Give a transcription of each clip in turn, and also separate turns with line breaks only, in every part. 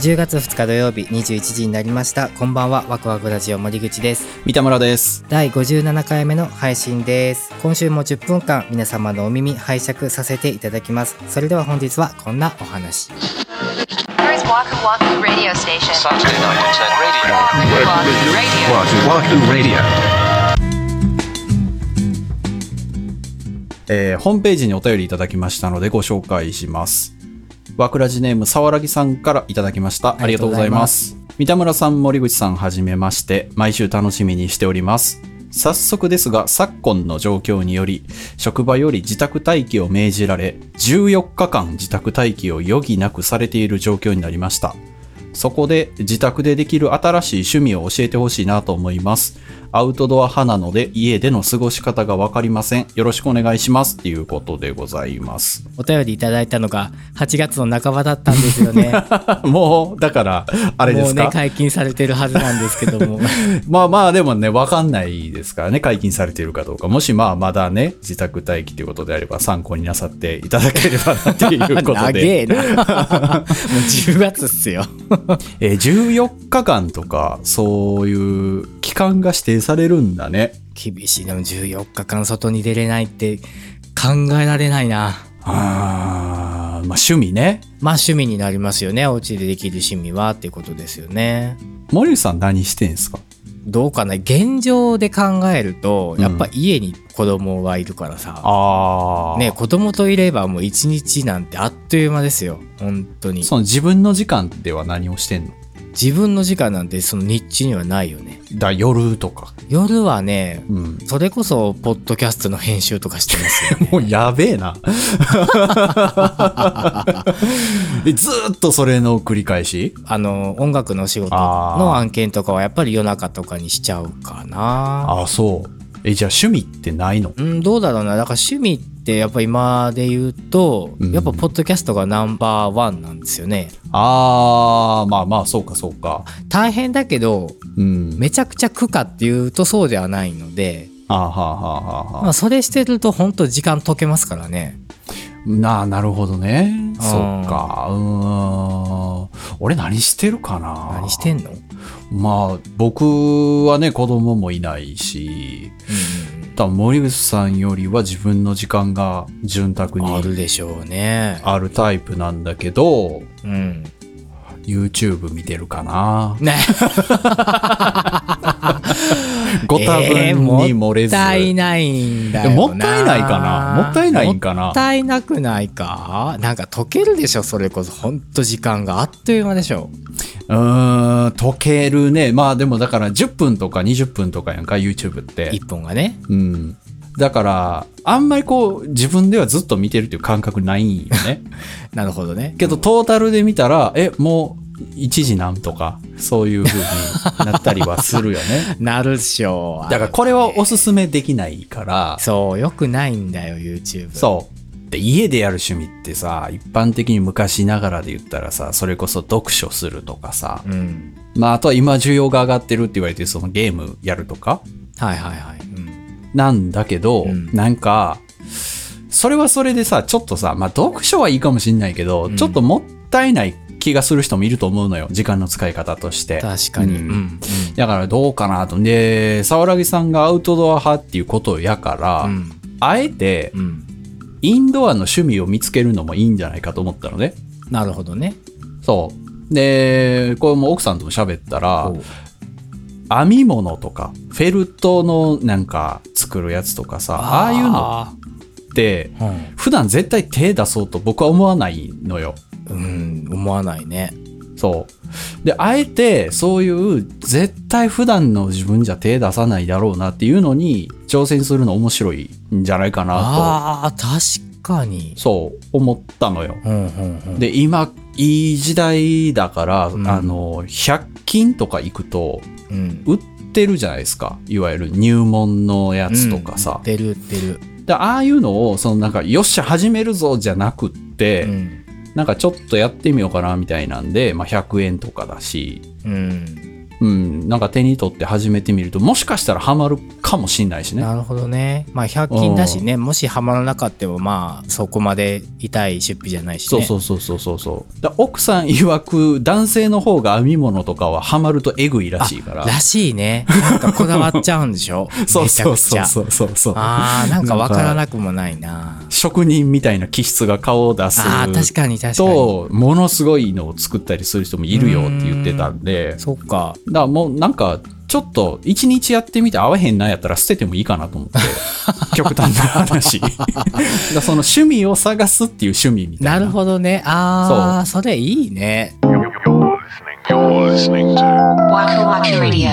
10月2日土曜日21時になりましたこんばんはワクワクラジオ森口です
三田村です。
第57回目の配信です今週も10分間皆様のお耳拝借させていただきますそれでは本日はこんなお話
Here is Waku Waku Radio Station.
Saturday night internet radio.
Waku Waku Radio.
Wahoo Wahoo Radio.
えーホームページにお便りいただきましたのでご紹介します。わくらじネームさわらぎさんからいただきました。
あ
あ
りがと
りがと
う
う
ご
ご
ざ
ざ
い
い
ま
ます。三田村さん、森口さんはじめまして、毎週楽しみにしております。早速ですが、昨今の状況により、職場より自宅待機を命じられ、14日間自宅待機を余儀なくされている状況になりました。そこで自宅でできる新しい趣味を教えてほしいなと思います。アウトドア派なので家での過ごし方がわかりません。よろしくお願いします。っていうことでございます。
お便りいただいたのが8月の半ばだったんですよ ね
もう、だから、あれで
もう
す
ね
か、
解禁されてるはずなんですけど も
まあまあ、でもね、わかんないですからね、解禁されているかどうか。もしまあ、まだね、自宅待機ということであれば参考になさっていただければなっていう こ
長
とで。
えな もう10月っすよ
えー14日間とか、そういう期間が指定されるんだね。
厳しいでも14日間外に出れないって考えられないな
あーまあ、趣味ね。
まあ趣味になりますよねお家でできる趣味はっていうことですよね
森内さん何してんすか
どうかな現状で考えると
うん
やっぱ家に子供がいるからさ、
ああ。
ね子供といればもう一日なんてあっという間ですよ本当に
その自分の時間では何をしてんの
自分の時間なんてその日中にはないよね
だ夜とか。
夜はね
うん。
それこそポッドキャストの編集とかしてます よね
もうやべ えな。えずーっとそれの繰り返し
あの音楽のお仕事の案件とかはやっぱり夜中とかにしちゃうかな
ああ、そう。え、じゃあ趣味ってないの
うん、どうだろうな。だから趣味ってやっぱ今で言うと、
うん
やっぱポッドキャストがナンバーワンなんですよね。
ああ、まあまあ、そうかそうか。
大変だけど、
うん。
めちゃくちゃ苦かっていうとそうではないので、
あーはあはあはあ
ま
は
あ
あ。
それしてると本当時間解けますからね。
なあ、なるほどね。
ん
そっか。うーん。俺何してるかな
何してんの、うんうん
まあ、僕はね、子供もいないし、多分森口さんよりは自分の時間が潤沢
うん、あ
に
るでしょうね。
あるタイプなんだけど、
うん。
YouTube 見てるか な。
ね。
ご多
えー
分に漏れず。
もったいないんだよな。
もったいないかなもったいないんかな
もったいなくないかなんか解けるでしょ、それこそ。本当時間があっという間でしょ。
うーん、溶けるね。まあでもだから10分とか20分とかやんか、YouTube って
一。本がね。
うん。だから、あんまりこう、自分ではずっと見てるっていう感覚ないんよ ね。
なるほどね。。
けどトータルで見たら、え、もう1時なんとか、そういう風になったりはするよね
なるっしょ。
だからこれはおすすめできないから、
そう、よくないんだよ、YouTube。
そう。で、家でやる趣味ってさ、一般的に昔ながらで言ったらさ、それこそ読書するとかさ、
うん。
まああとは今需要が上がってるって言われてるそのゲームやるとか
はいはいはい。うん。
なんだけど、
うん
なんか、それはそれでさ、ちょっとさ、まあ読書はいいかもしんないけど、
うん
ちょっともったいない気がする人もいると思うのよ。時間の使い方として。
確かに。
う
うんん。うん
だからどうかなと。で、沢良木さんがアウトドア派っていうことやから、
うん。
あえて
うん。
インドアの趣味を見つけるのもいいんじゃないかと思ったのね。
なるほどね。
そう。で、これも奥さんとも喋ったら
お、う
編み物とか、フェルトのなんか作るやつとかさ、ああいうのって、普段絶対手出そうと僕は思わないのよ。
うん。うん。思わないね。
そう。で、あえてそういう絶対普段の自分じゃ手出さないだろうなっていうのに挑戦するの面白いんじゃないかな
ああ、確かに
と、。そう思ったのよ。
うんうんうん。
で、今、いい時代だから、
うん
あの、100均とか行くと、
うん。
売ってるじゃないですか。いわゆる入門のやつとかさ
うん。出る出る。
でああいうのを、そのなんか、よっしゃ、始めるぞじゃなくって、
うん。
なんかちょっとやってみようかなみたいなんで、まあ、100円とかだし、
うん。
うん、なんか手に取って始めてみると、もしかしたらハマるかもしんないしね。
なるほどね。まあ100均だしね、もしハマらなかってもまあそこまで痛い出費じゃないし
そう
ね。
そううそうそうそうそう。だ奥さん曰く、男性の方が編み物とかはハマるとエグいらしいから。
らしいね。なんかこだわっちゃうんでしょ
そうそうそう
めちゃくちゃ。
そうそうそう。
あー、なんかわからなくもないな。
職人みたいな気質が顔を出す
あー、確かに確かに。
と、ものすごいのを作ったりする人もいるよって言ってたんで、
そっか。
だからもうなんか、ちょっと一日やってみて合わへんなんやったら捨ててもいいかなと 思って、極端な話。だからその趣味を探すっていう趣味みたいな。
なるほどね。あー、それいいね。
You're listening. You're listening to
Waku Waku Radio.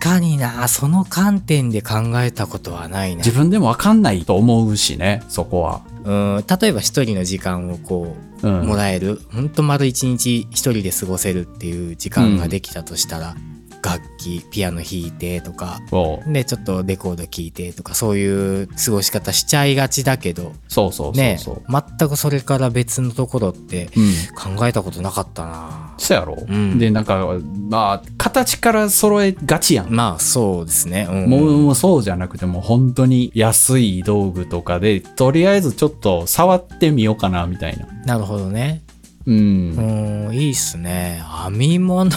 確かにな。その観点で考えたことはないな
自。分でもわかんないと思うしね、そこは。
うん、例えば一人の時間をこう、
うん
もらえるほんと丸一日一人で過ごせるっていう時間ができたとしたら、楽器ピアノ弾いてとか
そう
でちょっとレコード聴いてとかそういう過ごし方しちゃいがちだけど
そうそうそう
ね
そう。
全くそれから別のところって
うん。
考えたことなかったな、
そうやろ、
うん
で、なんか、まあ、形から揃えがちやん。
まあそうですね、うん、
もうもうそうじゃなくてもう本当に安い道具とかでとりあえずちょっと触ってみようかなみたいな
なるほどね
う
うんんいいっすね編み物 な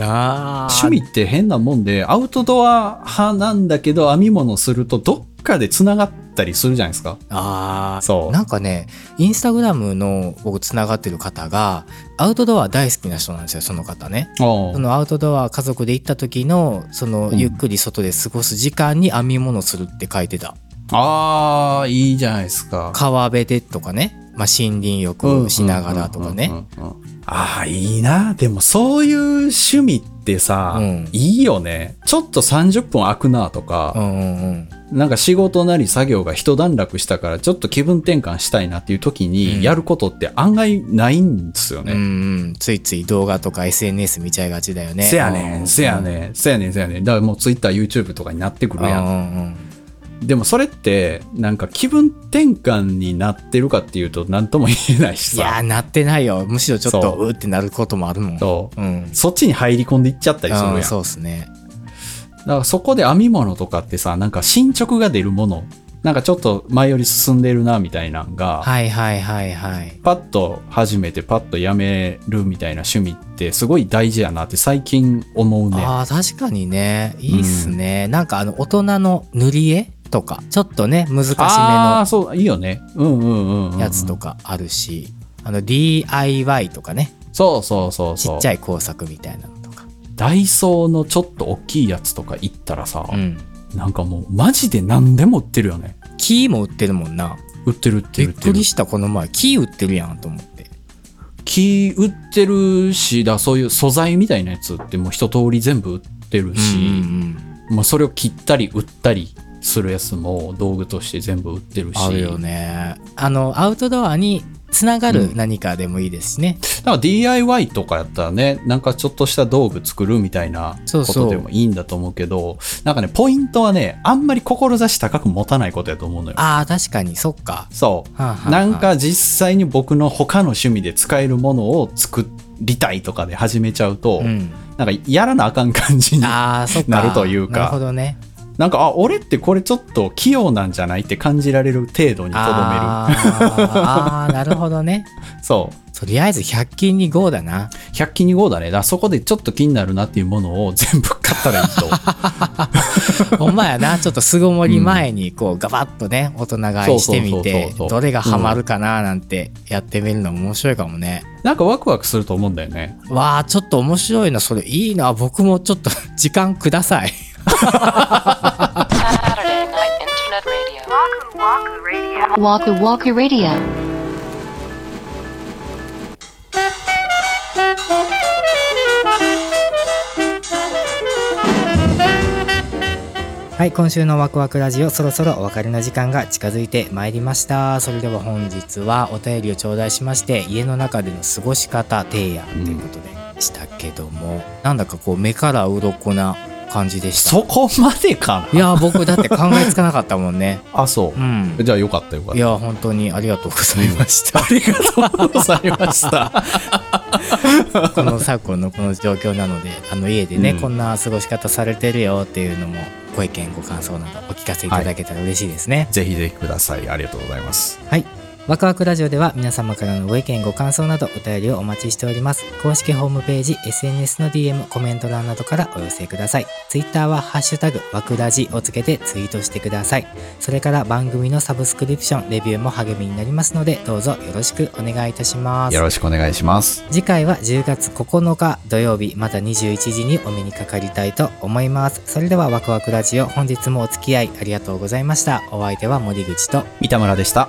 あ
趣味って変なもんでアウトドア派なんだけど編み物するとどっかでつながったりするじゃないですか
ああ
そう
なんかねインスタグラムの僕つながってる方がアウトドア大好きな人なんですよその方ね
お
そうのアウトドア家族で行った時のその
うん
ゆっくり外で過ごす時間に編み物するって書いてた
ああいいじゃないですか
川辺でとかね、まあ、森林浴をしながらとかね
うんうんうんうんああいいなでもそういう趣味ってさ、
うん
いいよねちょっと30分空くなとか、
うんうんうん
なんか仕事なり作業が一段落したからちょっと気分転換したいなっていう時
うん
にやることって案外ないんですよ
う
ね。
んうんついつい動画とか SNS 見ちゃいがちだよね
せやねん、せや
ん
ねん、せやねん、せやねん。だからもう Twitter、YouTube とかになって
う
く
ん
る
う
やん。
んうん
でもそれって、なんか気分転換になってるかっていうと何とも言えないし
いや
さ
ー。なってないよむしろちょっと
そう
うーってなることもあるもん
そう
うん
そっちに入り込んでいっちゃったりするやん。
うん
だ
そうっすね
からそこで編み物とかってさ、なんか進捗が出るもの、なんかちょっと前より進んでるなみたいなんが、
はいはいはいはい。
パッと始めてパッとやめるみたいな趣味ってすごい大事やなって最近思うね。
ああ、確かにね。いいっすね。なんかあの、大人の塗り絵とか、ちょっとね、難し
あー
め
そういいよね。うんうんうん、うん。
のやつとかあるし、あの、DIY とかね、
そうそうそう
ち
そう。
っちゃ
い。
い工作みたいなのとか。
ダイソーのちょっと大きいやつとか行ったらさ、
うん。
なんかもうマジで何でも売ってるよね。
木も売ってるもんな。
売ってる売って
び
る売
っ
って
く
る
り。した、この前。木売ってるやんと思って。
木売ってるしだ、そういう素材みたいなやつってもう一通り全部売ってるし、
うん
もうそれを切ったり売ったりするやつも道具として全部売ってるし。
あるよね。あの、アウトドアにつながる
うん
何かでもいいですしね。
なんか DIY とかやったらね、なんかちょっとした道具作るみたいな
そう
こ
そう
とでもいいんだと思うけど、なんかね、ポイントはね、あんまり志高く持たないことやと思うのよ。
ああ、確かに、そっか。
そう。
はあはあはあ
なんか実際に僕の他の趣味で使えるものを作りたいとかで始めちゃうと、
うん。
なんかやらなあかん感じに、な
ああ、そっか。
なるというか
なるほどね。
んか、あ、俺ってこれちょっと器用なんじゃないって感じられる程度にとど
あーあーなるほどね
める。そう。
とりあえず100均に GO だな
100均に5だね。だからそこでちょっと気になるなっていうものを全部買ったらいい と。
ほんまや なちょっと巣ごもり前にこうガバッとね大人買いしてみ
そうそうそう
て
そうそう
どれがハマるかななんてやってみるのも面白いかもね、
なんかワクワクすると思うんだよね。
わあちょっと面白いなそれいいな僕もちょっと 時間ください
Saturday Night Internet Radio. Waku Waku Radio. Waku Waku Radio.
はい今週のワクワクラジオそろそろお別れの時間が近づいてまいりましたそれでは本日はお便りを頂戴しまして家の中での過ごし方提案ということでしたけども、なんだかこう目から鱗な感じでした
そこまでか
い
な
やー僕だって考えつかなかったもんね
あそう
う、ん
じゃあよかったよ
い
かった
やー本当にありがとうございました
ありがとうございました。
この昨今のこの状況なのであの家でね、
うん
こんな過ごし方されてるよっていうのもご意見ご感想などお聞かせいただけたら嬉しいですね、
ぜひぜひください。ありがとうございます。
はい。ワクワクラジオでは皆様からのご意見、ご感想などお便りをお待ちしております。公式ホームページ、SNS の DM、コメント欄などからお寄せください。Twitter はハッシュタグ、ワクラジをつけてツイートしてください。それから番組のサブスクリプション、レビューも励みになりますので、どうぞよろしくお願いいたします
よ。ろしくお願いします。
次回は10月9日土曜日、また21時にお目にかかりたいと思います。それではワクワクラジオ、本日もお付き合いありがとうございました。お相手は森口と
三田村でした。